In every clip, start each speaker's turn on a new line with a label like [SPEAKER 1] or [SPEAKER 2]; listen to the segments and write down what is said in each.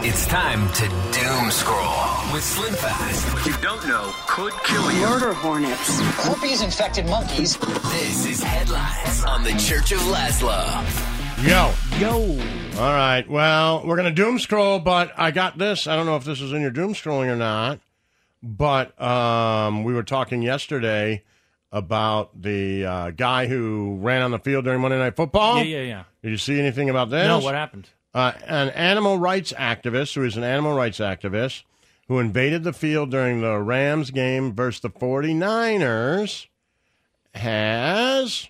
[SPEAKER 1] It's time to doom scroll with Slim Fast. What you don't know could kill you.
[SPEAKER 2] Murder hornets. Herpes infected monkeys.
[SPEAKER 1] This is headlines on the Church of Laszlo.
[SPEAKER 3] Yo.
[SPEAKER 4] Yo.
[SPEAKER 3] All right. Well, we're going to doom scroll, but I got this. I don't know if this is in your doom scrolling or not, but um, we were talking yesterday about the uh, guy who ran on the field during Monday Night Football.
[SPEAKER 4] Yeah, yeah, yeah.
[SPEAKER 3] Did you see anything about this?
[SPEAKER 4] No, what happened?
[SPEAKER 3] uh, an animal rights activist who is an animal rights activist who invaded the field during the Rams game versus the 49ers has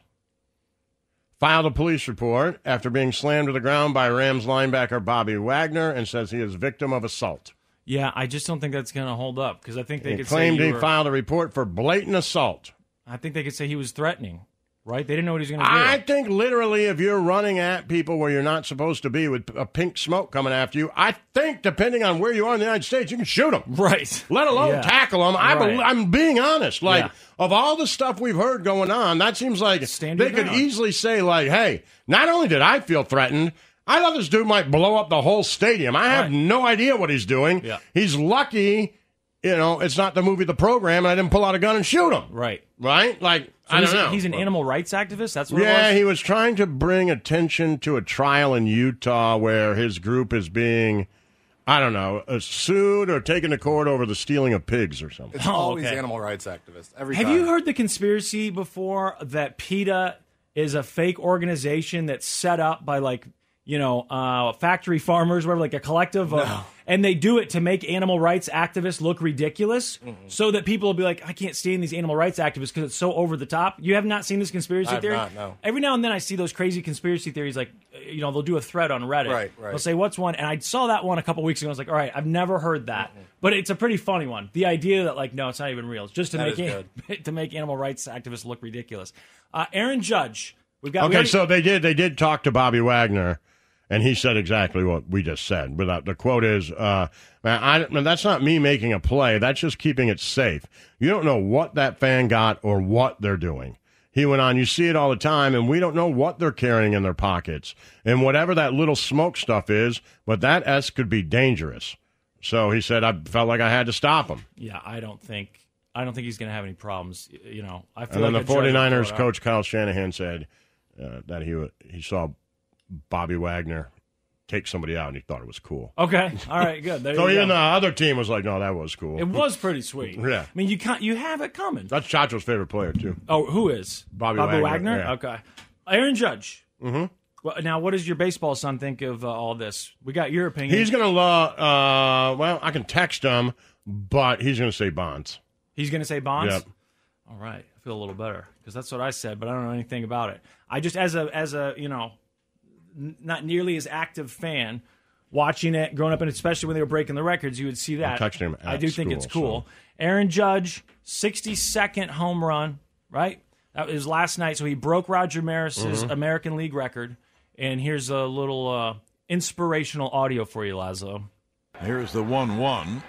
[SPEAKER 3] filed a police report after being slammed to the ground by Rams linebacker Bobby Wagner and says he is victim of assault.
[SPEAKER 4] Yeah, I just don't think that's going to hold up because I think they
[SPEAKER 3] He
[SPEAKER 4] could
[SPEAKER 3] claimed
[SPEAKER 4] say
[SPEAKER 3] he
[SPEAKER 4] you were-
[SPEAKER 3] filed a report for blatant assault.
[SPEAKER 4] I think they could say he was threatening, right? They didn't know what he was going to do.
[SPEAKER 3] I think literally, if you're running at people where you're not supposed to be with a pink smoke coming after you, I think depending on where you are in the United States, you can shoot them.
[SPEAKER 4] Right.
[SPEAKER 3] let alone
[SPEAKER 4] Yeah.
[SPEAKER 3] tackle them. I
[SPEAKER 4] Right.
[SPEAKER 3] bel I'm being honest. Like
[SPEAKER 4] Yeah.
[SPEAKER 3] of all the stuff we've heard going on, that seems like
[SPEAKER 4] Stand
[SPEAKER 3] they
[SPEAKER 4] your
[SPEAKER 3] could
[SPEAKER 4] ground.
[SPEAKER 3] easily say like, "Hey, not only did I feel threatened." I thought this dude might blow up the whole stadium. I have
[SPEAKER 4] Right.
[SPEAKER 3] no idea what he's doing.
[SPEAKER 4] Yeah.
[SPEAKER 3] He's lucky, you know, it's not the movie, the program, and I didn't pull out a gun and shoot him.
[SPEAKER 4] Right.
[SPEAKER 3] Right? Like,
[SPEAKER 4] So
[SPEAKER 3] I
[SPEAKER 4] he's,
[SPEAKER 3] don't know.
[SPEAKER 4] He's an animal rights activist. That's what
[SPEAKER 3] Yeah,
[SPEAKER 4] it was.
[SPEAKER 3] he was trying to bring attention to a trial in Utah where his group is being, I don't know, uh, sued or taken to court over the stealing of pigs or something.
[SPEAKER 5] It's always
[SPEAKER 4] Oh, okay.
[SPEAKER 5] animal rights activists. Every
[SPEAKER 4] Have
[SPEAKER 5] time.
[SPEAKER 4] you heard the conspiracy before that PETA is a fake organization that's set up by like you know uh, factory farmers, whatever, like a collective, of, and they do it to make animal rights activists look ridiculous, so that people will be like, I can't stand these animal rights activists because it's so over the top. You have not seen this conspiracy
[SPEAKER 5] I have
[SPEAKER 4] theory?
[SPEAKER 5] not, no.
[SPEAKER 4] Every now and then I see those crazy conspiracy theories, like uh, you know they'll do a thread on Reddit,
[SPEAKER 5] Right, right.
[SPEAKER 4] They'll say what's one, and I saw that one a couple weeks ago. I was like, all right, I've never heard that, but it's a pretty funny one. The idea that like no, it's not even real, it's just to
[SPEAKER 5] That
[SPEAKER 4] make
[SPEAKER 5] is
[SPEAKER 4] an- to make animal rights activists look ridiculous. Uh, Aaron Judge, we've got. we
[SPEAKER 3] Okay,
[SPEAKER 4] already-
[SPEAKER 3] so they did. They did talk to Bobby Wagner, and he said exactly what we just said. Without the quote is, uh, "Man, I, man, that's not me making a play. That's just keeping it safe. You don't know what that fan got or what they're doing." He went on. You see it all the time, and we don't know what they're carrying in their pockets and whatever that little smoke stuff is. But that S could be dangerous. So he said, "I felt like I had to stop him."
[SPEAKER 4] yeah, I don't think I don't think he's going to have any problems. y- You know, I feel
[SPEAKER 3] And then
[SPEAKER 4] like
[SPEAKER 3] the
[SPEAKER 4] a judge will
[SPEAKER 3] 49ers
[SPEAKER 4] throw it out.
[SPEAKER 3] coach Kyle Shanahan said uh, that he wa- he saw Bobby Wagner take somebody out and he thought it was cool.
[SPEAKER 4] Okay, all right, good. There
[SPEAKER 3] So
[SPEAKER 4] you
[SPEAKER 3] even
[SPEAKER 4] go.
[SPEAKER 3] the other team was like, "No, that was cool."
[SPEAKER 4] It was pretty sweet.
[SPEAKER 3] Yeah.
[SPEAKER 4] I mean, you can't you have it coming.
[SPEAKER 3] That's Chacho's favorite player too.
[SPEAKER 4] Oh, who is
[SPEAKER 3] Bobby Wagner,
[SPEAKER 4] Wagner?
[SPEAKER 3] yeah.
[SPEAKER 4] Okay, Aaron Judge. Mm-hmm. Well, now, what does your baseball son think of uh, all this? We got your opinion.
[SPEAKER 3] He's gonna love. Uh, well, I can text him, but he's gonna say Bonds.
[SPEAKER 4] He's going to say Bonds.
[SPEAKER 3] Yep.
[SPEAKER 4] All right, I feel a little better because that's what I said, but I don't know anything about it. I just as a as a you know, n- not nearly as active fan watching it growing up, and especially when they were breaking the records, you would see that.
[SPEAKER 3] texted him at
[SPEAKER 4] I do think
[SPEAKER 3] school,
[SPEAKER 4] it's cool. Aaron Judge, sixty second home run, right? That was last night, so he broke Roger Maris's
[SPEAKER 3] Mm-hmm.
[SPEAKER 4] American League record. And here's a little uh, inspirational audio for you, Lazo.
[SPEAKER 6] Here's the 1 1.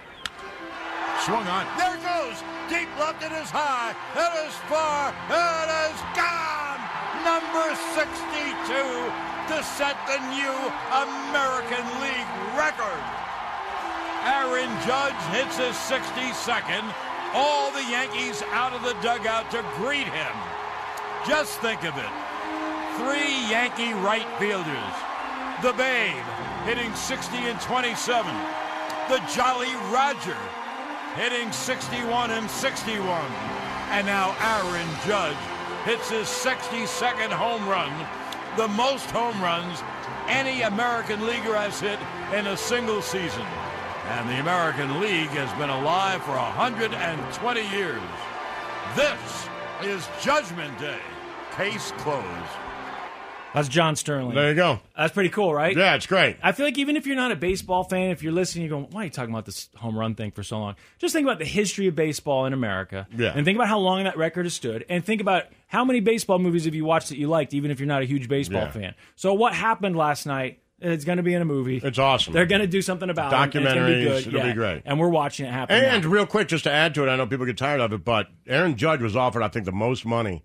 [SPEAKER 6] Swung on. There it goes. Deep left. It is high. It is far. It is gone. Number 62 to set the new American League record. Aaron Judge hits his 62nd. All the Yankees out of the dugout to greet him. Just think of it. Three Yankee right fielders. The Babe hitting 60 and 27. The Jolly Roger hitting 61 and 61. And now Aaron Judge hits his 62nd home run, the most home runs any American leaguer has hit in a single season. And the American League has been alive for 120 years. This is Judgment Day. Case closed.
[SPEAKER 4] That's John Sterling.
[SPEAKER 3] There you go.
[SPEAKER 4] That's pretty cool, right?
[SPEAKER 3] Yeah, it's great.
[SPEAKER 4] I feel like even if you're not a baseball fan, if you're listening, you're going, why are you talking about this home run thing for so long? Just think about the history of baseball in America.
[SPEAKER 3] Yeah.
[SPEAKER 4] And think about how long that record has stood. And think about how many baseball movies have you watched that you liked, even if you're not a huge baseball
[SPEAKER 3] Yeah.
[SPEAKER 4] fan. So what happened last night? It's going to be in a movie.
[SPEAKER 3] It's awesome.
[SPEAKER 4] They're going to do something about it. and
[SPEAKER 3] Documentaries.
[SPEAKER 4] It's gonna be good.
[SPEAKER 3] It'll be
[SPEAKER 4] Yeah.
[SPEAKER 3] great.
[SPEAKER 4] And we're watching it happen.
[SPEAKER 3] And
[SPEAKER 4] now.
[SPEAKER 3] real quick, just to add to it, I know people get tired of it, but Aaron Judge was offered, I think, the most money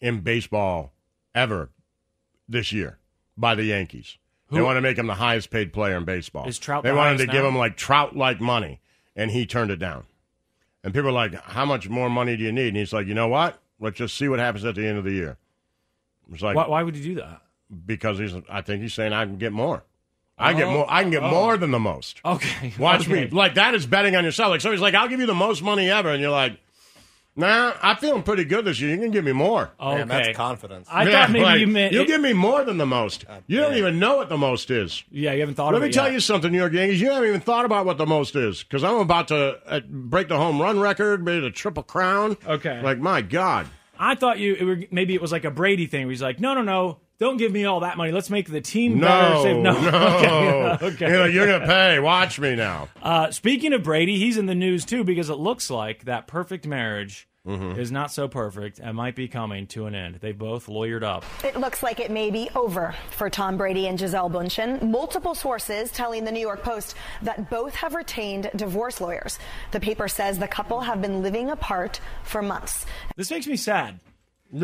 [SPEAKER 3] in baseball ever this year by the Yankees. They want to make him the highest paid player in baseball.
[SPEAKER 4] Is Trout
[SPEAKER 3] They
[SPEAKER 4] the
[SPEAKER 3] wanted to
[SPEAKER 4] highest
[SPEAKER 3] give
[SPEAKER 4] now?
[SPEAKER 3] him like Trout like money, and he turned it down. And people are like, "How much more money do you need?" And he's like, "You know what? Let's just see what happens at the end of the year." It's like
[SPEAKER 4] Why, why would you do that?
[SPEAKER 3] because he's. I think he's saying I can get more. I
[SPEAKER 4] Oh.
[SPEAKER 3] get more. I can get more than the most.
[SPEAKER 4] Okay.
[SPEAKER 3] Watch
[SPEAKER 4] okay.
[SPEAKER 3] me. Like that is betting on yourself. Like somebody's like, I'll give you the most money ever, and you're like, Nah, I'm feeling pretty good this year. You can give me more.
[SPEAKER 4] Okay.
[SPEAKER 5] Man, that's confidence.
[SPEAKER 4] I
[SPEAKER 3] Yeah,
[SPEAKER 4] thought maybe
[SPEAKER 3] like,
[SPEAKER 4] you meant.
[SPEAKER 3] give me more than the most. You don't even know what the most is.
[SPEAKER 4] yeah, you haven't thought
[SPEAKER 3] Let
[SPEAKER 4] of
[SPEAKER 3] me
[SPEAKER 4] it.
[SPEAKER 3] tell
[SPEAKER 4] yet.
[SPEAKER 3] you something, New York Yankees. You haven't even thought about what the most is because I'm about to uh, break the home run record, maybe the triple crown.
[SPEAKER 4] Okay.
[SPEAKER 3] Like my God,
[SPEAKER 4] I thought you it were, maybe it was like a Brady thing where he's like, no, no, no, don't give me all that money. Let's make the team better.
[SPEAKER 3] no,
[SPEAKER 4] Save- no,
[SPEAKER 3] no.
[SPEAKER 4] Okay. okay.
[SPEAKER 3] You're, like, "You're gonna pay. Watch me now.
[SPEAKER 4] Uh, speaking of Brady, he's in the news too because it looks like that perfect marriage is not so perfect and might be coming to an end. They both lawyered up.
[SPEAKER 7] It looks like it may be over for Tom Brady and Giselle Bundchen. Multiple sources telling the New York Post that both have retained divorce lawyers. The paper says the couple have been living apart for months.
[SPEAKER 4] This makes me sad.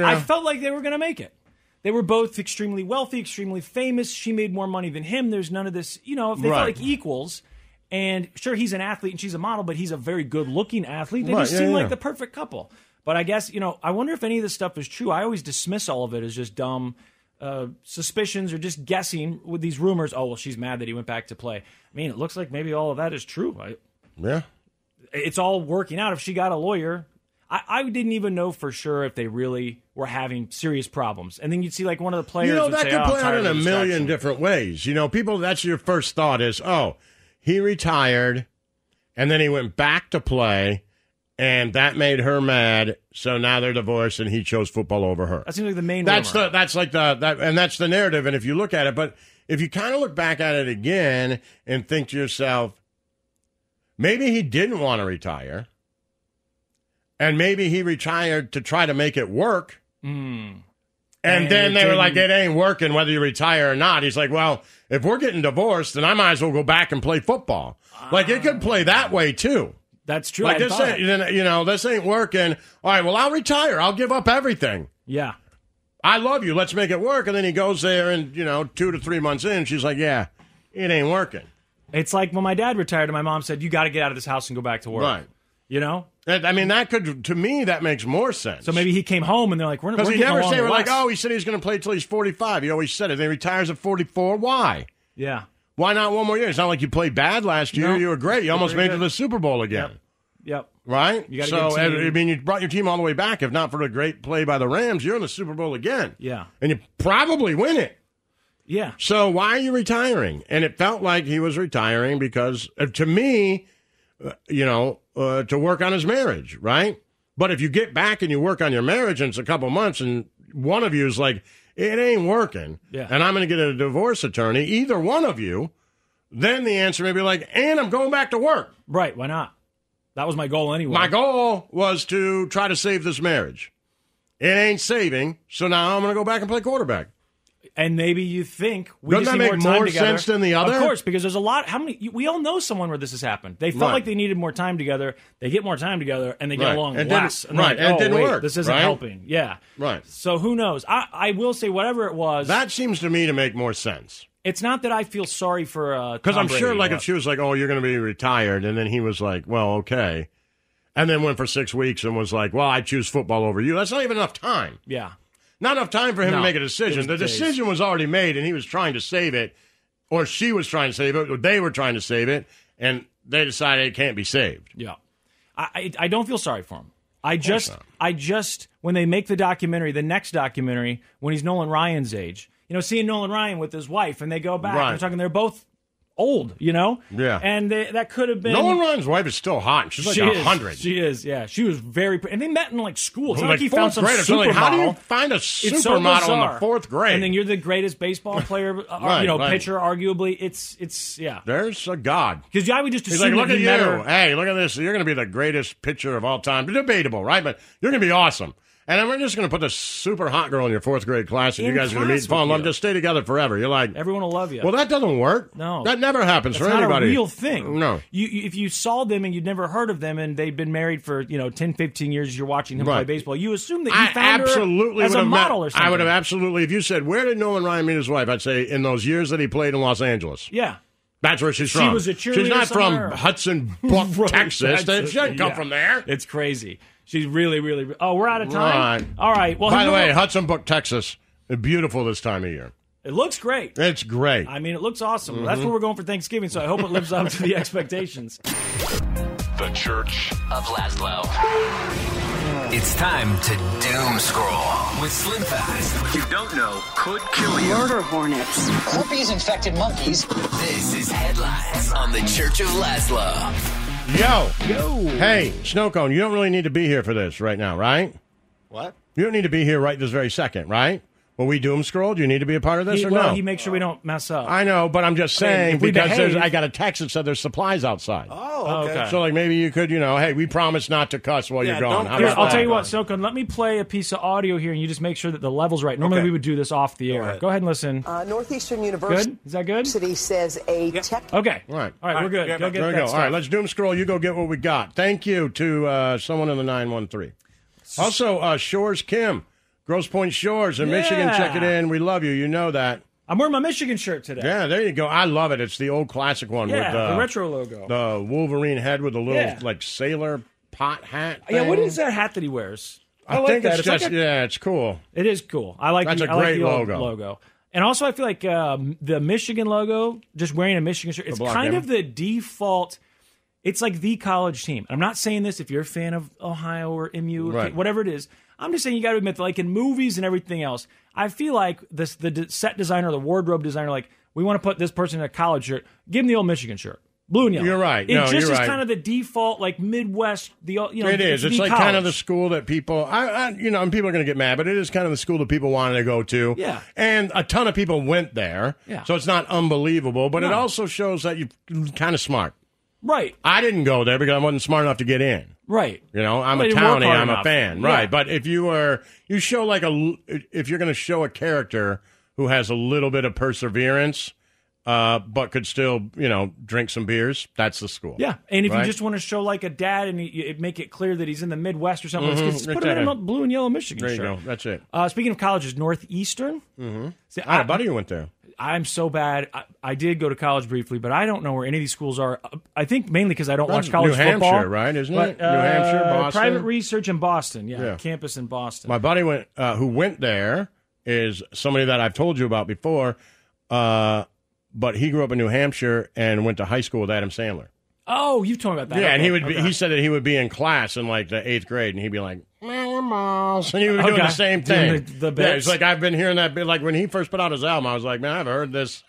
[SPEAKER 4] I felt like they were going to make it. They were both extremely wealthy, extremely famous. She made more money than him. There's none of this, you know, if they
[SPEAKER 3] Right.
[SPEAKER 4] felt like equals. And sure, he's an athlete and she's a model, but he's a very good looking athlete. They
[SPEAKER 3] Right,
[SPEAKER 4] just
[SPEAKER 3] yeah,
[SPEAKER 4] seem
[SPEAKER 3] yeah.
[SPEAKER 4] like the perfect couple. But I guess, you know, I wonder if any of this stuff is true. I always dismiss all of it as just dumb uh, suspicions or just guessing with these rumors. Oh, well, she's mad that he went back to play. I mean, it looks like maybe all of that is true. I,
[SPEAKER 3] Yeah.
[SPEAKER 4] it's all working out. If she got a lawyer, I, I didn't even know for sure if they really were having serious problems. And then you'd see like one of the players.
[SPEAKER 3] You know,
[SPEAKER 4] would
[SPEAKER 3] that
[SPEAKER 4] say,
[SPEAKER 3] could
[SPEAKER 4] "Oh, I'm
[SPEAKER 3] play out
[SPEAKER 4] tired
[SPEAKER 3] in a
[SPEAKER 4] of the
[SPEAKER 3] million
[SPEAKER 4] distraction."
[SPEAKER 3] different ways. You know, people, that's your first thought is, oh, he retired and then he went back to play and that made her mad. So now they're divorced and he chose football over her.
[SPEAKER 4] That seems like the main.
[SPEAKER 3] That's
[SPEAKER 4] rumor.
[SPEAKER 3] the, that's like the, that, and that's the narrative. And if you look at it, but if you kind of look back at it again and think to yourself, maybe he didn't want to retire and maybe he retired to try to make it work. And,
[SPEAKER 4] And
[SPEAKER 3] then
[SPEAKER 4] it
[SPEAKER 3] they were like, it
[SPEAKER 4] didn't-
[SPEAKER 3] ain't working whether you retire or not. He's like, well, if we're getting divorced, then I might as well go back and play football. like, it could play that way too.
[SPEAKER 4] That's true.
[SPEAKER 3] Like,
[SPEAKER 4] I
[SPEAKER 3] this
[SPEAKER 4] thought.
[SPEAKER 3] ain't, you know, this ain't working. All right, well, I'll retire. I'll give up everything.
[SPEAKER 4] yeah.
[SPEAKER 3] I love you. Let's make it work. And then he goes there, and, you know, two to three months in, she's like, yeah, it ain't working.
[SPEAKER 4] It's like when my dad retired and my mom said, "You got to get out of this house and go back to work."
[SPEAKER 3] Right.
[SPEAKER 4] You know.
[SPEAKER 3] That- I mean, that could, to me, that makes more sense.
[SPEAKER 4] So maybe he came home and they're like, "We're, we're
[SPEAKER 3] Because he
[SPEAKER 4] getting
[SPEAKER 3] never
[SPEAKER 4] along
[SPEAKER 3] said, we're like,
[SPEAKER 4] less."
[SPEAKER 3] oh, he said he's going to play till he's 45. He always said it. Then he retires at 44. Why?
[SPEAKER 4] yeah."
[SPEAKER 3] Why not one more year? It's not like you played bad last year.
[SPEAKER 4] No.
[SPEAKER 3] You were great. You almost
[SPEAKER 4] pretty
[SPEAKER 3] made it to
[SPEAKER 4] good.
[SPEAKER 3] the Super Bowl again,
[SPEAKER 4] Yep.
[SPEAKER 3] right?
[SPEAKER 4] You got a
[SPEAKER 3] so
[SPEAKER 4] good team.
[SPEAKER 3] I mean, you brought your team all the way back. If not for the great play by the Rams, you're in the Super Bowl again.
[SPEAKER 4] Yeah.
[SPEAKER 3] and you probably win it.
[SPEAKER 4] Yeah.
[SPEAKER 3] So why are you retiring? And it felt like he was retiring because, uh, to me, uh, you know, uh, to work on his marriage, right? But if you get back and you work on your marriage, and it's a couple months, and one of you is like, "It ain't working,"
[SPEAKER 4] Yeah.
[SPEAKER 3] and I'm going to get a divorce attorney, either one of you, then the answer may be like, "And I'm going back to work."
[SPEAKER 4] Right. Why not? That was my goal anyway.
[SPEAKER 3] My goal was to try to save this marriage. It ain't saving, so now I'm going to go back and play quarterback.
[SPEAKER 4] and maybe you think we
[SPEAKER 3] Doesn't
[SPEAKER 4] just
[SPEAKER 3] that
[SPEAKER 4] need
[SPEAKER 3] make
[SPEAKER 4] more time
[SPEAKER 3] more
[SPEAKER 4] together.
[SPEAKER 3] sense than the other?
[SPEAKER 4] Of course, because there's a lot. How many? you- We all know someone where this has happened. They felt
[SPEAKER 3] Right.
[SPEAKER 4] like they needed more time together. They get more time together, and they get
[SPEAKER 3] Right.
[SPEAKER 4] along
[SPEAKER 3] It didn't-
[SPEAKER 4] less. And they're
[SPEAKER 3] right,
[SPEAKER 4] like,
[SPEAKER 3] and it
[SPEAKER 4] "Oh,
[SPEAKER 3] didn't
[SPEAKER 4] wait,
[SPEAKER 3] work,
[SPEAKER 4] This isn't
[SPEAKER 3] right?
[SPEAKER 4] helping. Yeah.
[SPEAKER 3] Right.
[SPEAKER 4] So who knows? I, I will say whatever it was.
[SPEAKER 3] That seems to me to make more sense.
[SPEAKER 4] it's not that I feel sorry for uh,
[SPEAKER 3] Because I'm sure, like, if she was like, "Oh, you're going to be retired," and then he was like, "Well, okay," and then went for six weeks and was like, "Well, I choose football over you." That's not even enough time.
[SPEAKER 4] yeah,
[SPEAKER 3] Not enough time for him to
[SPEAKER 4] No,
[SPEAKER 3] make a
[SPEAKER 4] it
[SPEAKER 3] decision.
[SPEAKER 4] was
[SPEAKER 3] The
[SPEAKER 4] days.
[SPEAKER 3] decision was already made, and he was trying to save it, or she was trying to save it, or they were trying to save it, and they decided it can't be saved.
[SPEAKER 4] yeah, I I, I don't feel sorry for him. I just I just when they make the documentary, the next documentary, when he's Nolan Ryan's age, you know, seeing Nolan Ryan with his wife, and they go back.
[SPEAKER 3] Right.
[SPEAKER 4] They're talking. They're both old, you know.
[SPEAKER 3] Yeah.
[SPEAKER 4] and they, that could have been.
[SPEAKER 3] Nolan Ryan's wife is still hot. and She's like
[SPEAKER 4] she
[SPEAKER 3] a
[SPEAKER 4] is.
[SPEAKER 3] hundred.
[SPEAKER 4] She is. Yeah, she was very. Pre- and they met in like school. It's not
[SPEAKER 3] like
[SPEAKER 4] like he
[SPEAKER 3] fourth
[SPEAKER 4] found some
[SPEAKER 3] grade or something.
[SPEAKER 4] supermodel.
[SPEAKER 3] Like, How do you find a
[SPEAKER 4] it's so
[SPEAKER 3] supermodel in
[SPEAKER 4] bizarre.
[SPEAKER 3] the fourth grade?
[SPEAKER 4] and then you're the greatest baseball player, uh,
[SPEAKER 3] Right,
[SPEAKER 4] you know,
[SPEAKER 3] right.
[SPEAKER 4] pitcher, arguably. It's it's yeah,
[SPEAKER 3] There's a god.
[SPEAKER 4] because I would just
[SPEAKER 3] He's like,
[SPEAKER 4] assume
[SPEAKER 3] look
[SPEAKER 4] that
[SPEAKER 3] at
[SPEAKER 4] he
[SPEAKER 3] you.
[SPEAKER 4] met her.
[SPEAKER 3] Hey, look at this. You're going to be the greatest pitcher of all time. Debatable, right? But you're going to be awesome. And then we're just going to put a super hot girl in your fourth grade class, and
[SPEAKER 4] In
[SPEAKER 3] you guys are going to
[SPEAKER 4] class
[SPEAKER 3] meet and fall in
[SPEAKER 4] with
[SPEAKER 3] love.
[SPEAKER 4] you.
[SPEAKER 3] Just stay together forever. You're like,
[SPEAKER 4] Everyone will love you.
[SPEAKER 3] well, that doesn't work.
[SPEAKER 4] No.
[SPEAKER 3] that never happens
[SPEAKER 4] It's
[SPEAKER 3] for
[SPEAKER 4] not
[SPEAKER 3] anybody.
[SPEAKER 4] a real thing.
[SPEAKER 3] No,
[SPEAKER 4] You, you- if you saw them and you'd never heard of them and they'd been married for, you know, 10, 15 years, you're watching him play
[SPEAKER 3] Right.
[SPEAKER 4] baseball, you assume that you
[SPEAKER 3] I
[SPEAKER 4] found
[SPEAKER 3] absolutely
[SPEAKER 4] her as
[SPEAKER 3] would
[SPEAKER 4] a
[SPEAKER 3] have
[SPEAKER 4] model
[SPEAKER 3] met,
[SPEAKER 4] or something.
[SPEAKER 3] I would have absolutely. If you said, "Where did Nolan Ryan meet his wife?" I'd say, "In those years that he played in Los Angeles."
[SPEAKER 4] Yeah.
[SPEAKER 3] That's where she's
[SPEAKER 4] She
[SPEAKER 3] from.
[SPEAKER 4] was a
[SPEAKER 3] She's
[SPEAKER 4] cheerleader
[SPEAKER 3] not
[SPEAKER 4] somewhere.
[SPEAKER 3] from Hudson, Buck, Texas. That- She doesn't come
[SPEAKER 4] Yeah.
[SPEAKER 3] from there.
[SPEAKER 4] It's crazy. She's really, really. Oh, we're out of time.
[SPEAKER 3] Right.
[SPEAKER 4] All right. Well,
[SPEAKER 3] By the
[SPEAKER 4] who-
[SPEAKER 3] way, Hudson Buck, Texas, beautiful this time of year.
[SPEAKER 4] it looks great.
[SPEAKER 3] It's great.
[SPEAKER 4] I mean, it looks awesome.
[SPEAKER 3] Mm-hmm.
[SPEAKER 4] That's where we're going for Thanksgiving, so I hope it lives up to the expectations.
[SPEAKER 1] The Church of Laszlo. It's time to doom scroll with Slim Fast. What you don't know could kill you.
[SPEAKER 5] Murder hornets.
[SPEAKER 2] Herpes infected monkeys.
[SPEAKER 1] This is Headlines on the Church of Laszlo.
[SPEAKER 3] Yo. Yo. Hey, Snow Cone, you don't really need to be here for this right now, right?
[SPEAKER 8] What?
[SPEAKER 3] You don't need to be here right this very second, right? Well, we doom scroll. Do you need to be a part of this
[SPEAKER 4] He,
[SPEAKER 3] or
[SPEAKER 4] well,
[SPEAKER 3] no?
[SPEAKER 4] he makes sure we don't mess up.
[SPEAKER 3] I know, but I'm just
[SPEAKER 4] I mean,
[SPEAKER 3] saying
[SPEAKER 4] if we
[SPEAKER 3] because there's,
[SPEAKER 4] behave-
[SPEAKER 3] I got a text that said there's supplies outside.
[SPEAKER 8] Oh, okay.
[SPEAKER 4] okay.
[SPEAKER 3] So, like, maybe you could, you know, hey, we promise not to cuss while
[SPEAKER 8] Yeah,
[SPEAKER 3] you're gone.
[SPEAKER 8] don't
[SPEAKER 3] How
[SPEAKER 8] cuss
[SPEAKER 4] Here, I'll
[SPEAKER 3] about
[SPEAKER 8] Alright.
[SPEAKER 4] tell
[SPEAKER 3] that?
[SPEAKER 4] you what, Sokun, let me play a piece of audio here and you just make sure that the level's right. Normally
[SPEAKER 8] Okay.
[SPEAKER 4] we would do this off the air. Go ahead,
[SPEAKER 8] ahead.
[SPEAKER 4] and listen.
[SPEAKER 9] Uh, Northeastern
[SPEAKER 4] good?
[SPEAKER 9] University
[SPEAKER 4] Is that good?
[SPEAKER 9] says a tech
[SPEAKER 4] Okay.
[SPEAKER 3] All right.
[SPEAKER 4] All right, we're good.
[SPEAKER 8] Yeah,
[SPEAKER 4] go get
[SPEAKER 3] There we
[SPEAKER 4] that
[SPEAKER 3] go.
[SPEAKER 4] stuff.
[SPEAKER 3] All right, let's doom scroll. You go get what we got. Thank you to uh, someone in the 913. Also, uh, Shores Kim, Gross Point Shores in Michigan,
[SPEAKER 4] Yeah.
[SPEAKER 3] check it in. We love you. You know that.
[SPEAKER 4] I'm wearing my Michigan shirt today.
[SPEAKER 3] Yeah, there you go. I love it. It's the old classic one
[SPEAKER 4] Yeah,
[SPEAKER 3] with uh,
[SPEAKER 4] the retro logo.
[SPEAKER 3] the Wolverine head with a little
[SPEAKER 4] Yeah.
[SPEAKER 3] like sailor pot hat.
[SPEAKER 4] yeah, what
[SPEAKER 3] thing.
[SPEAKER 4] is that hat that he wears?
[SPEAKER 3] I,
[SPEAKER 4] like
[SPEAKER 3] think
[SPEAKER 4] that.
[SPEAKER 3] it's,
[SPEAKER 4] It's like
[SPEAKER 3] just
[SPEAKER 4] a-
[SPEAKER 3] yeah, it's cool.
[SPEAKER 4] It is cool. I like
[SPEAKER 3] That's
[SPEAKER 4] the,
[SPEAKER 3] a
[SPEAKER 4] I like
[SPEAKER 3] great
[SPEAKER 4] the old
[SPEAKER 3] logo.
[SPEAKER 4] logo. And also, I feel like um, the Michigan logo, just wearing a Michigan shirt, it's
[SPEAKER 3] block
[SPEAKER 4] kind
[SPEAKER 3] him.
[SPEAKER 4] of the default. It's like the college team. And I'm not saying this if you're a fan of Ohio or MU or
[SPEAKER 3] Right.
[SPEAKER 4] whatever it is. I'm just saying you got to admit that, like in movies and everything else, I feel like this the d- set designer, the wardrobe designer, like we want to put this person in a college shirt. Give him the old Michigan shirt, blue and yellow.
[SPEAKER 3] You're right.
[SPEAKER 4] It
[SPEAKER 3] No,
[SPEAKER 4] just
[SPEAKER 3] you're
[SPEAKER 4] is
[SPEAKER 3] right.
[SPEAKER 4] kind of the default, like Midwest. The you know
[SPEAKER 3] It is. It's
[SPEAKER 4] the
[SPEAKER 3] like kind of the
[SPEAKER 4] college.
[SPEAKER 3] school that people, I, I, you know, and people are going to get mad, but it is kind of the school that people wanted to go to.
[SPEAKER 4] Yeah.
[SPEAKER 3] And a ton of people went there.
[SPEAKER 4] Yeah.
[SPEAKER 3] So it's not unbelievable, but it
[SPEAKER 4] No.
[SPEAKER 3] also shows that you're kind of smart.
[SPEAKER 4] right,
[SPEAKER 3] I didn't go there because I wasn't smart enough to get in.
[SPEAKER 4] right.
[SPEAKER 3] You know, I'm
[SPEAKER 4] Well,
[SPEAKER 3] a
[SPEAKER 4] you work
[SPEAKER 3] townie.
[SPEAKER 4] hard
[SPEAKER 3] I'm a
[SPEAKER 4] enough.
[SPEAKER 3] fan,
[SPEAKER 4] Yeah.
[SPEAKER 3] right? But if you are, you show like a, l- if you're going to show a character who has a little bit of perseverance, uh, but could still, you know, drink some beers, that's the school.
[SPEAKER 4] Yeah, and if
[SPEAKER 3] Right?
[SPEAKER 4] you just want to show like a dad and you, it make it clear that he's in the Midwest or something, let's just put him in a
[SPEAKER 3] Exactly.
[SPEAKER 4] blue and yellow Michigan
[SPEAKER 3] Mm-hmm. there you
[SPEAKER 4] shirt.
[SPEAKER 3] go. That's it.
[SPEAKER 4] Uh, speaking of colleges, Northeastern. Mm-hmm. See,
[SPEAKER 3] I had a
[SPEAKER 4] I,
[SPEAKER 3] buddy who went there.
[SPEAKER 4] I'm so bad. I, I did go to college briefly, but I don't know where any of these schools are. I think mainly because I don't watch
[SPEAKER 3] New
[SPEAKER 4] college
[SPEAKER 3] Hampshire,
[SPEAKER 4] football.
[SPEAKER 3] right? Isn't
[SPEAKER 4] But,
[SPEAKER 3] it? New Hampshire,
[SPEAKER 4] uh,
[SPEAKER 3] Boston?
[SPEAKER 4] Private research in Boston. Yeah,
[SPEAKER 3] Yeah.
[SPEAKER 4] campus in Boston.
[SPEAKER 3] My buddy went, uh, who went there is somebody that I've told you about before, uh, but he grew up in New Hampshire and went to high school with Adam Sandler.
[SPEAKER 4] oh, you told me about that.
[SPEAKER 3] Yeah, and
[SPEAKER 4] Okay,
[SPEAKER 3] he would be,
[SPEAKER 4] okay.
[SPEAKER 3] he said that he would be in class in like the eighth grade, and he'd be like, "Man, balls," and he would be doing
[SPEAKER 4] Okay.
[SPEAKER 3] the same
[SPEAKER 4] Doing
[SPEAKER 3] thing.
[SPEAKER 4] the- the
[SPEAKER 3] yeah,
[SPEAKER 4] bits.
[SPEAKER 3] it's like I've been hearing that bit. Like when he first put out his album, I was like, "Man, I've heard this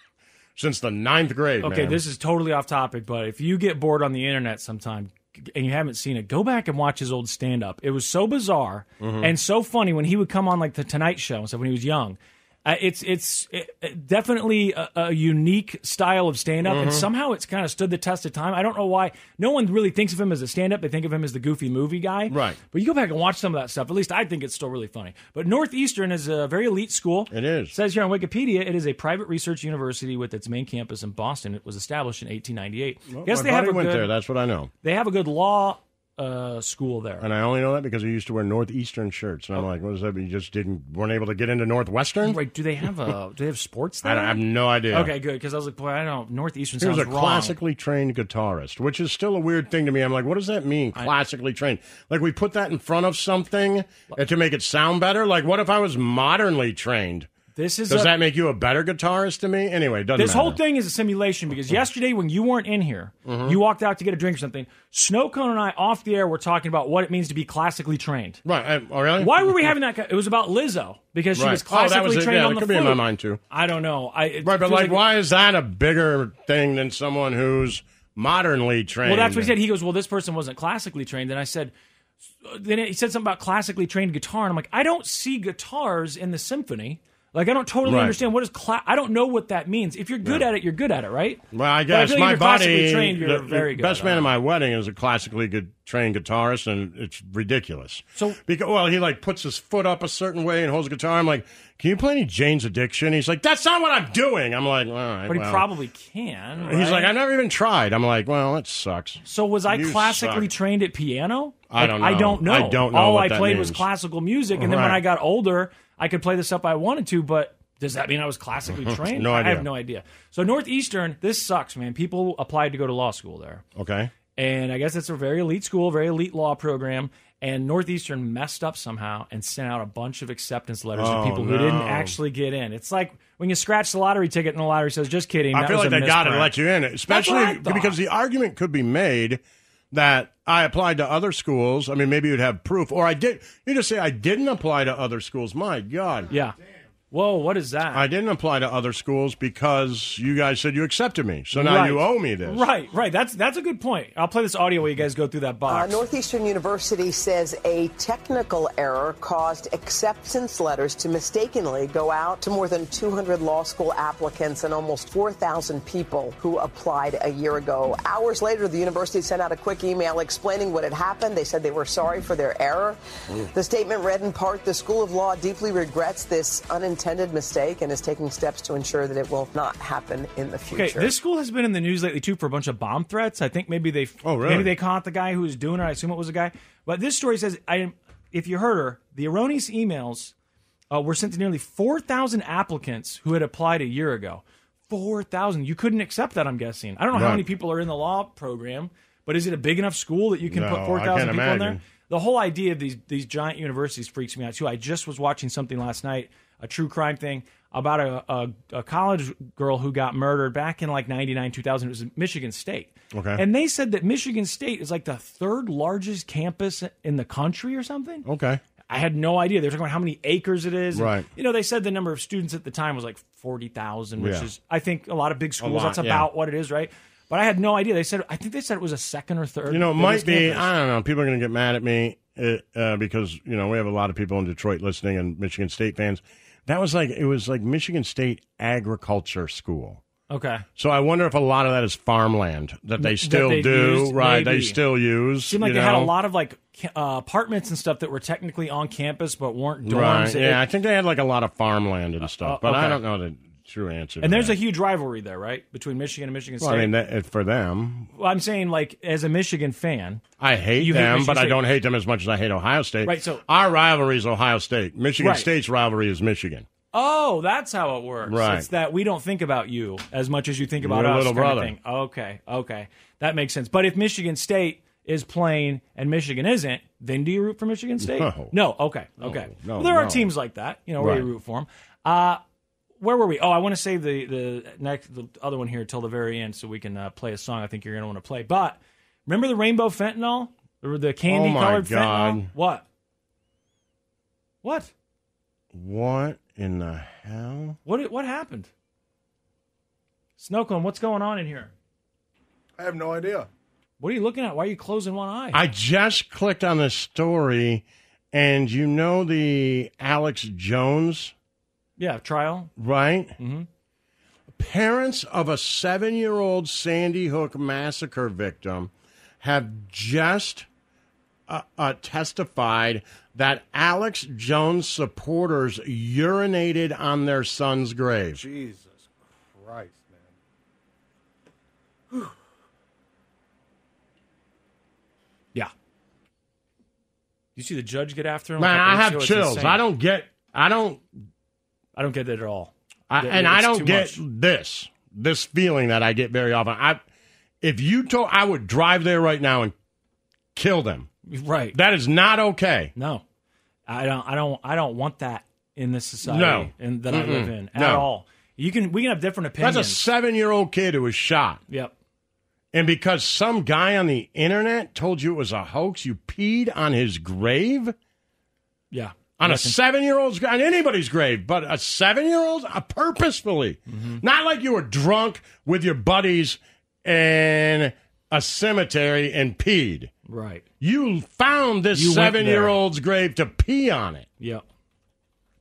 [SPEAKER 3] since the ninth grade."
[SPEAKER 4] Okay,
[SPEAKER 3] man."
[SPEAKER 4] this is totally off topic, but if you get bored on the internet sometime and you haven't seen it, go back and watch his old stand up. It was so bizarre
[SPEAKER 3] Mm-hmm.
[SPEAKER 4] and so funny when he would come on like the Tonight Show and stuff when he was young. Uh, it's it's it, it- definitely a, a unique style of stand up,
[SPEAKER 3] Mm-hmm.
[SPEAKER 4] and somehow it's kind of stood the test of time. I don't know why. No one really thinks of him as a stand up; they think of him as the goofy movie guy.
[SPEAKER 3] Right.
[SPEAKER 4] But you go back and watch some of that stuff. At least I think it's still really funny. But Northeastern is a very elite school.
[SPEAKER 3] It is.
[SPEAKER 4] Says here on Wikipedia, it is a private research university with its main campus in Boston. It was established in 1898. yes,
[SPEAKER 3] My
[SPEAKER 4] they have
[SPEAKER 3] buddy
[SPEAKER 4] a
[SPEAKER 3] went
[SPEAKER 4] good.
[SPEAKER 3] there. That's what I know,
[SPEAKER 4] They have a good law uh, school there.
[SPEAKER 3] and I only know that because he used to wear northeastern shirts, and I'm like, "What is that? You just didn't weren't able to get into northwestern?"
[SPEAKER 4] Oh. Right? Do they have a? do they have sports
[SPEAKER 3] I,
[SPEAKER 4] there?
[SPEAKER 3] don't- I have no idea.
[SPEAKER 4] Okay, good. Because I was like, boy, I don't. Northeastern
[SPEAKER 3] He was
[SPEAKER 4] sounds
[SPEAKER 3] a
[SPEAKER 4] wrong.
[SPEAKER 3] classically trained guitarist, which is still a weird thing to me. I'm like, what does that mean, classically trained? Like, we put that in front of something uh, to make it sound better? Like, what if I was modernly trained?
[SPEAKER 4] This is
[SPEAKER 3] Does
[SPEAKER 4] a,
[SPEAKER 3] that make you a better guitarist to me? Anyway, it doesn't
[SPEAKER 4] This
[SPEAKER 3] matter. Mm-hmm.
[SPEAKER 4] whole thing is a simulation because yesterday when you weren't in here, you walked out to get a drink or something. Snow Cone and I off the air were talking about what it means to be classically trained.
[SPEAKER 3] Right. I, oh, really?
[SPEAKER 4] Why were we having that? co- It was about Lizzo because she
[SPEAKER 3] Right.
[SPEAKER 4] was
[SPEAKER 3] Oh, that
[SPEAKER 4] classically
[SPEAKER 3] was it.
[SPEAKER 4] trained
[SPEAKER 3] Yeah,
[SPEAKER 4] on
[SPEAKER 3] it
[SPEAKER 4] the
[SPEAKER 3] could be in my
[SPEAKER 4] flute.
[SPEAKER 3] mind, too.
[SPEAKER 4] I don't know. I it
[SPEAKER 3] Right, but
[SPEAKER 4] feels
[SPEAKER 3] like, why is that a bigger thing than someone who's modernly trained?
[SPEAKER 4] Well, that's what he said. He goes, "Well, this person wasn't classically trained." And I said, then he said something about classically trained guitar, and I'm like, I don't see guitars in the symphony. Like I don't totally
[SPEAKER 3] Right.
[SPEAKER 4] understand what is cla- I don't know what that means. If you're good at it, you're good at it, right?
[SPEAKER 3] Well, I
[SPEAKER 4] But I
[SPEAKER 3] guess
[SPEAKER 4] feel like
[SPEAKER 3] my
[SPEAKER 4] if you're classically
[SPEAKER 3] body,
[SPEAKER 4] trained, you're
[SPEAKER 3] the- the
[SPEAKER 4] very good
[SPEAKER 3] best
[SPEAKER 4] at
[SPEAKER 3] man
[SPEAKER 4] it.
[SPEAKER 3] at my wedding is a classically good trained guitarist, and it's ridiculous.
[SPEAKER 4] So-
[SPEAKER 3] because well, he like puts his foot up a certain way and holds a guitar. I'm like, can you play any Jane's Addiction? He's like, that's not what I'm doing. I'm like, all right,
[SPEAKER 4] But he
[SPEAKER 3] well.
[SPEAKER 4] probably can.
[SPEAKER 3] He's like,
[SPEAKER 4] right?
[SPEAKER 3] I've never even tried. I'm like, well, that sucks.
[SPEAKER 4] So was I
[SPEAKER 3] You
[SPEAKER 4] classically
[SPEAKER 3] suck.
[SPEAKER 4] trained at piano?
[SPEAKER 3] I
[SPEAKER 4] Like,
[SPEAKER 3] don't
[SPEAKER 4] I
[SPEAKER 3] know.
[SPEAKER 4] don't know.
[SPEAKER 3] I don't know
[SPEAKER 4] All
[SPEAKER 3] what
[SPEAKER 4] I
[SPEAKER 3] that
[SPEAKER 4] played was
[SPEAKER 3] means.
[SPEAKER 4] classical music, and then when
[SPEAKER 3] Right.
[SPEAKER 4] I got older, I could play the stuff I wanted to. But does that mean I was classically trained?
[SPEAKER 3] No
[SPEAKER 4] I
[SPEAKER 3] idea.
[SPEAKER 4] have no idea. So Northeastern, this sucks, man. People applied to go to law school there,
[SPEAKER 3] Okay,
[SPEAKER 4] and I guess it's a very elite school, very elite law program. And Northeastern messed up somehow and sent out a bunch of acceptance letters
[SPEAKER 3] Oh,
[SPEAKER 4] to people who didn't
[SPEAKER 3] no.
[SPEAKER 4] actually get in. It's like when you scratch the lottery ticket and the lottery says, "Just kidding."
[SPEAKER 3] I
[SPEAKER 4] that
[SPEAKER 3] feel
[SPEAKER 4] was
[SPEAKER 3] like
[SPEAKER 4] a
[SPEAKER 3] they got to
[SPEAKER 4] misprint."
[SPEAKER 3] let you in,
[SPEAKER 4] what I
[SPEAKER 3] especially
[SPEAKER 4] thought.
[SPEAKER 3] because the argument could be made that I applied to other schools. I mean, maybe you'd have proof, or I did. You just say I didn't apply to other schools. My God,
[SPEAKER 4] Yeah. Whoa, what is that?
[SPEAKER 3] I didn't apply to other schools because you guys said you accepted me. So now you
[SPEAKER 4] Right.
[SPEAKER 3] owe me this.
[SPEAKER 4] Right, right. That's that's a good point. I'll play this audio while you guys go through that
[SPEAKER 9] Uh,
[SPEAKER 4] box.
[SPEAKER 9] Northeastern University says a technical error caused acceptance letters to mistakenly go out to more than 200 law school applicants and almost 4,000 people who applied a year ago. Hours later, the university sent out a quick email explaining what had happened. They said they were sorry for their error. The statement read in part The School of Law deeply regrets this unintended mistake and is taking steps to ensure that it will not happen in the future.
[SPEAKER 4] okay, this school has been in the news lately too for a bunch of bomb threats. I think maybe they
[SPEAKER 3] Oh, really?
[SPEAKER 4] maybe they caught the guy who was doing it. I assume it was a guy. But this story says I if you heard her, the erroneous emails uh, were sent to nearly 4,000 applicants who had applied a year ago. 4,000. You couldn't accept that, I'm guessing. I don't know how
[SPEAKER 3] Right.
[SPEAKER 4] many people are in the law program, but is it a big enough school that you can
[SPEAKER 3] No,
[SPEAKER 4] put
[SPEAKER 3] I
[SPEAKER 4] 4,000
[SPEAKER 3] can't
[SPEAKER 4] people in there?
[SPEAKER 3] imagine.
[SPEAKER 4] The whole idea of these these giant universities freaks me out too. I just was watching something last night, a true crime thing about a, a, a college girl who got murdered back in like 99 2000 it was in michigan state
[SPEAKER 3] Okay.
[SPEAKER 4] and they said that michigan state is like the third largest campus in the country or something
[SPEAKER 3] Okay.
[SPEAKER 4] I had no idea. They were talking about how many acres it is. And,
[SPEAKER 3] Right.
[SPEAKER 4] you know, they said the number of students at the time was like 40,000, which
[SPEAKER 3] Yeah.
[SPEAKER 4] is, I think, a lot of big schools.
[SPEAKER 3] lot,
[SPEAKER 4] that's
[SPEAKER 3] yeah.
[SPEAKER 4] about what it is, right? But I had no idea. They said, I think they said it was a second or third.
[SPEAKER 3] You know, it might
[SPEAKER 4] biggest
[SPEAKER 3] be.
[SPEAKER 4] campus.
[SPEAKER 3] I don't know. People are going to get mad at me uh, uh, because you know we have a lot of people in Detroit listening and Michigan State fans. That was like it was like Michigan State Agriculture School.
[SPEAKER 4] okay.
[SPEAKER 3] So I wonder if a lot of that is farmland that they
[SPEAKER 4] That
[SPEAKER 3] still
[SPEAKER 4] they
[SPEAKER 3] do,
[SPEAKER 4] used,
[SPEAKER 3] right? They
[SPEAKER 4] maybe.
[SPEAKER 3] still use.
[SPEAKER 4] Seemed like
[SPEAKER 3] you
[SPEAKER 4] they had a
[SPEAKER 3] know?
[SPEAKER 4] lot of like ca- uh, apartments and stuff that were technically on campus but weren't dorms.
[SPEAKER 3] Right.
[SPEAKER 4] It-
[SPEAKER 3] Yeah, I think they had like a lot of farmland and stuff, but I
[SPEAKER 4] Uh, okay.
[SPEAKER 3] don't know the true answer.
[SPEAKER 4] and
[SPEAKER 3] to
[SPEAKER 4] there's a
[SPEAKER 3] that.
[SPEAKER 4] huge rivalry there, right? Between Michigan and Michigan State.
[SPEAKER 3] Well, I mean, that, for them,
[SPEAKER 4] Well, I'm saying, like, as a Michigan fan,
[SPEAKER 3] I hate
[SPEAKER 4] You hate
[SPEAKER 3] them,
[SPEAKER 4] Michigan
[SPEAKER 3] but I
[SPEAKER 4] State.
[SPEAKER 3] don't hate them as much as I hate Ohio State.
[SPEAKER 4] Right, so-
[SPEAKER 3] our rivalry is Ohio State. Michigan
[SPEAKER 4] Right.
[SPEAKER 3] State's rivalry is Michigan.
[SPEAKER 4] Oh, that's how it works.
[SPEAKER 3] Right.
[SPEAKER 4] It's that we don't think about you as much as you think about
[SPEAKER 3] Your
[SPEAKER 4] us.
[SPEAKER 3] little
[SPEAKER 4] kind of
[SPEAKER 3] brother.
[SPEAKER 4] thing. Okay, okay, that makes sense. But if Michigan State is playing and Michigan isn't, then do you root for Michigan State?
[SPEAKER 3] No.
[SPEAKER 4] Okay. Okay.
[SPEAKER 3] no,
[SPEAKER 4] Well, there are
[SPEAKER 3] no.
[SPEAKER 4] teams like that, you know, where you
[SPEAKER 3] Right.
[SPEAKER 4] root for them. Uh, where were we? Oh, I want to save the the next the other one here till the very end so we can uh, play a song. I think you're going to want to play. But remember the rainbow fentanyl, the, the candy colored
[SPEAKER 3] Oh God.
[SPEAKER 4] fentanyl. What? What?
[SPEAKER 3] What in the hell?
[SPEAKER 4] What what happened? Snow cone, what's going on in here?
[SPEAKER 5] I have no idea.
[SPEAKER 4] What are you looking at? Why are you closing one eye?
[SPEAKER 3] I just clicked on this story, and you know the Alex Jones,
[SPEAKER 4] yeah, trial.
[SPEAKER 3] right? Mm-hmm. Parents of a seven year old Sandy Hook massacre victim have just uh, uh, testified that Alex Jones supporters urinated on their son's grave.
[SPEAKER 5] Jesus Christ, man.
[SPEAKER 4] Yeah. You see the judge get after him?
[SPEAKER 3] Man,
[SPEAKER 4] A couple
[SPEAKER 3] I
[SPEAKER 4] weeks
[SPEAKER 3] have
[SPEAKER 4] ago? It's
[SPEAKER 3] chills.
[SPEAKER 4] insane.
[SPEAKER 3] I don't get. I don't
[SPEAKER 4] I don't get it at all.
[SPEAKER 3] I,
[SPEAKER 4] Yeah,
[SPEAKER 3] and I
[SPEAKER 4] it's
[SPEAKER 3] don't
[SPEAKER 4] too
[SPEAKER 3] get
[SPEAKER 4] much.
[SPEAKER 3] this this feeling that I get very often. I if you told I would drive there right now and kill them.
[SPEAKER 4] Right.
[SPEAKER 3] That is not okay.
[SPEAKER 4] no. I don't I don't I don't want that in this society
[SPEAKER 3] No.
[SPEAKER 4] and that I live in at
[SPEAKER 3] No.
[SPEAKER 4] all. You can we can have different opinions.
[SPEAKER 3] That's a seven year old kid who was shot,
[SPEAKER 4] yep.
[SPEAKER 3] and because some guy on the internet told you it was a hoax, you peed on his grave
[SPEAKER 4] Yeah.
[SPEAKER 3] on
[SPEAKER 4] I
[SPEAKER 3] a
[SPEAKER 4] reckon-
[SPEAKER 3] seven year old's on anybody's grave, but a seven year old uh, purposefully,
[SPEAKER 4] Mm-hmm.
[SPEAKER 3] not like you were drunk with your buddies in a cemetery and peed.
[SPEAKER 4] Right.
[SPEAKER 3] You found this
[SPEAKER 4] You went there.
[SPEAKER 3] seven year old's grave to pee on it.
[SPEAKER 4] Yep.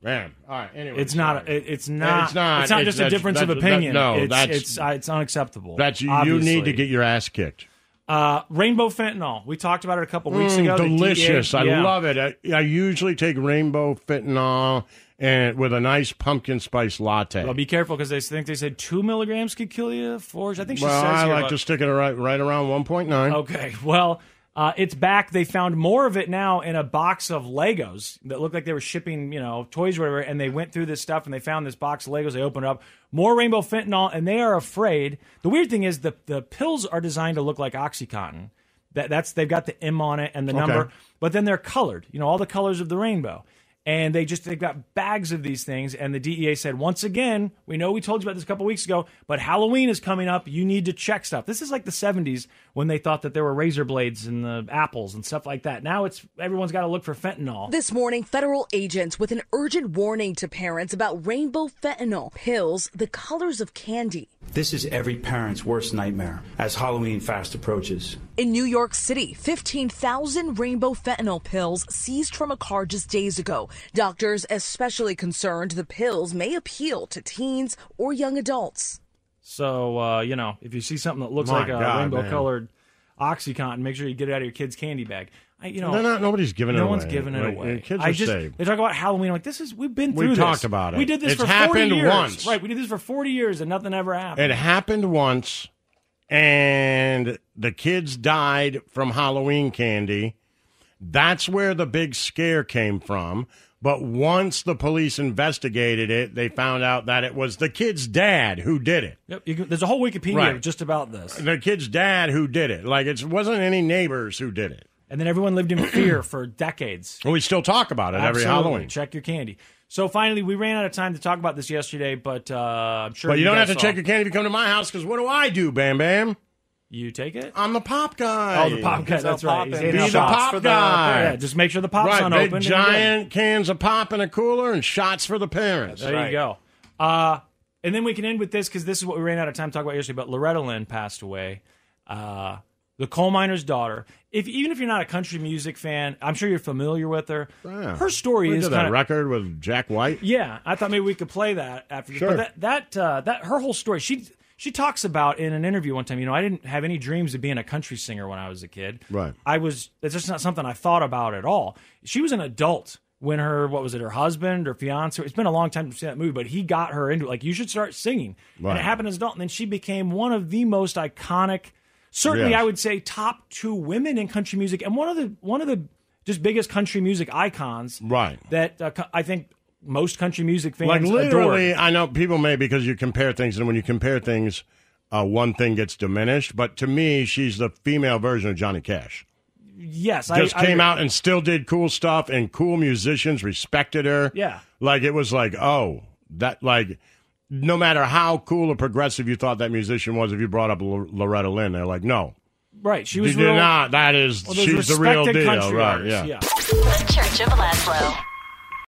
[SPEAKER 3] Man, all right. Anyway,
[SPEAKER 4] It's not.
[SPEAKER 3] sorry.
[SPEAKER 4] it- It's not.
[SPEAKER 3] It's not.
[SPEAKER 4] It's not
[SPEAKER 3] It's-
[SPEAKER 4] just a
[SPEAKER 3] that's-
[SPEAKER 4] difference of
[SPEAKER 3] that's- that-
[SPEAKER 4] opinion.
[SPEAKER 3] no,
[SPEAKER 4] it's,
[SPEAKER 3] that's-
[SPEAKER 4] it's uh, it's unacceptable.
[SPEAKER 3] That's you.
[SPEAKER 4] obviously.
[SPEAKER 3] You need to get your ass kicked.
[SPEAKER 4] uh, rainbow fentanyl. We talked about it a couple weeks
[SPEAKER 3] Mm,
[SPEAKER 4] ago. The
[SPEAKER 3] delicious.
[SPEAKER 4] DEA
[SPEAKER 3] I
[SPEAKER 4] yeah.
[SPEAKER 3] love it. I, I usually take rainbow fentanyl and with a nice pumpkin spice latte.
[SPEAKER 4] Well, be careful because they think they said two milligrams could kill you. Four. I think she
[SPEAKER 3] Well,
[SPEAKER 4] says here uh,
[SPEAKER 3] I
[SPEAKER 4] Oh.
[SPEAKER 3] like
[SPEAKER 4] about-
[SPEAKER 3] to stick it right right around one point nine.
[SPEAKER 4] Okay. Well, uh, it's back. They found more of it now in a box of Legos that looked like they were shipping, you know, toys or whatever. And they went through this stuff and they found this box of Legos. They opened up more rainbow fentanyl, and they are afraid. The weird thing is the the pills are designed to look like OxyContin. That that's they've got the M on it and the
[SPEAKER 3] Okay.
[SPEAKER 4] number, but then they're colored. You know, all the colors of the rainbow. And they just they've got bags of these things, and the DEA said once again, we know we told you about this a couple weeks ago, but Halloween is coming up. You need to check stuff. This is like the '70s when they thought that there were razor blades in the apples and stuff like that. Now it's everyone's got to look for fentanyl.
[SPEAKER 8] This morning, federal agents with an urgent warning to parents about rainbow fentanyl pills, the colors of candy.
[SPEAKER 10] This is every parent's worst nightmare as Halloween fast approaches.
[SPEAKER 8] In New York City, 15,000 rainbow fentanyl pills seized from a car just days ago. Doctors especially concerned the pills may appeal to teens or young adults.
[SPEAKER 4] So uh, you know, if you see something that looks
[SPEAKER 3] My
[SPEAKER 4] like a
[SPEAKER 3] God, man.
[SPEAKER 4] rainbow-colored OxyContin, make sure you get it out of your kid's candy bag. I, you know,
[SPEAKER 3] No, no, nobody's giving it
[SPEAKER 4] no
[SPEAKER 3] away.
[SPEAKER 4] one's giving it
[SPEAKER 3] Like,
[SPEAKER 4] away.
[SPEAKER 3] Kids
[SPEAKER 4] I
[SPEAKER 3] are
[SPEAKER 4] just
[SPEAKER 3] safe.
[SPEAKER 4] they talk about Halloween. I'm like this is we've been
[SPEAKER 3] We
[SPEAKER 4] through. this.
[SPEAKER 3] talked about it.
[SPEAKER 4] We did this
[SPEAKER 3] It's
[SPEAKER 4] for
[SPEAKER 3] happened
[SPEAKER 4] 40 years.
[SPEAKER 3] once.
[SPEAKER 4] Right, we did this for 40 years and nothing ever happened.
[SPEAKER 3] It happened once, and the kids died from Halloween candy. That's where the big scare came from. But once the police investigated it, they found out that it was the kid's dad who did it.
[SPEAKER 4] Yep, you can, there's a whole Wikipedia
[SPEAKER 3] Right.
[SPEAKER 4] just about this.
[SPEAKER 3] The kid's dad who did it. Like it wasn't any neighbors who did it.
[SPEAKER 4] And then everyone lived in fear for decades.
[SPEAKER 3] And we still talk about it every
[SPEAKER 4] Absolutely.
[SPEAKER 3] Halloween.
[SPEAKER 4] Check your candy. So finally, we ran out of time to talk about this yesterday, but uh, I'm sure.
[SPEAKER 3] But you don't
[SPEAKER 4] guys
[SPEAKER 3] have to
[SPEAKER 4] saw.
[SPEAKER 3] check your candy if you come to my house because what do I do, Bam Bam?
[SPEAKER 4] You take it.
[SPEAKER 3] I'm the pop guy.
[SPEAKER 4] Oh, the pop guy. That's right.
[SPEAKER 5] pop and
[SPEAKER 4] He's
[SPEAKER 5] be
[SPEAKER 4] handing out
[SPEAKER 3] the
[SPEAKER 4] shots.
[SPEAKER 3] pop guy.
[SPEAKER 4] Yeah, just make sure the pop's
[SPEAKER 3] right,
[SPEAKER 4] on
[SPEAKER 3] big
[SPEAKER 4] open. and you're good.
[SPEAKER 3] giant cans of pop in a cooler and shots for the parents.
[SPEAKER 4] There you go. Uh, and then we can end with this because this is what we ran out of time to talk about yesterday. But Loretta Lynn passed away, uh, the coal miner's daughter. If even if you're not a country music fan, I'm sure you're familiar with her.
[SPEAKER 3] Yeah.
[SPEAKER 4] Her story
[SPEAKER 3] We
[SPEAKER 4] is
[SPEAKER 3] did that
[SPEAKER 4] kind of
[SPEAKER 3] record with Jack White.
[SPEAKER 4] yeah. I thought maybe we could play that after. this.
[SPEAKER 3] Sure.
[SPEAKER 4] But that that uh, that her whole story. She she talks about in an interview one time. You know, I didn't have any dreams of being a country singer when I was a kid.
[SPEAKER 3] Right.
[SPEAKER 4] I was. It's just not something I thought about at all. She was an adult when her what was it? Her husband or fiance? It's been a long time since I've seen that movie, but he got her into it. Like you should start singing. And
[SPEAKER 3] Right.
[SPEAKER 4] it happened as an adult, and then she became one of the most iconic. Certainly,
[SPEAKER 3] Yes.
[SPEAKER 4] I would say top two women in country music, and one of the one of the just biggest country music icons.
[SPEAKER 3] Right.
[SPEAKER 4] That uh, co- I think most country music fans
[SPEAKER 3] Like literally,
[SPEAKER 4] adore.
[SPEAKER 3] I know people may because you compare things, and when you compare things, uh, one thing gets diminished. But to me, she's the female version of Johnny Cash.
[SPEAKER 4] Yes,
[SPEAKER 3] Just
[SPEAKER 4] I,
[SPEAKER 3] came
[SPEAKER 4] I,
[SPEAKER 3] out and still did cool stuff, and cool musicians respected her.
[SPEAKER 4] Yeah.
[SPEAKER 3] like it was like oh that like. No matter how cool or progressive you thought that musician was, if you brought up L- Loretta Lynn, they're like, "No,
[SPEAKER 4] Right, she
[SPEAKER 3] you
[SPEAKER 4] was
[SPEAKER 3] did
[SPEAKER 4] real,
[SPEAKER 3] not. That is,
[SPEAKER 4] well, those
[SPEAKER 3] she's the real
[SPEAKER 4] respected
[SPEAKER 3] deal,
[SPEAKER 4] country
[SPEAKER 3] right?
[SPEAKER 4] artists,
[SPEAKER 3] yeah.
[SPEAKER 2] The Church of Laszlo.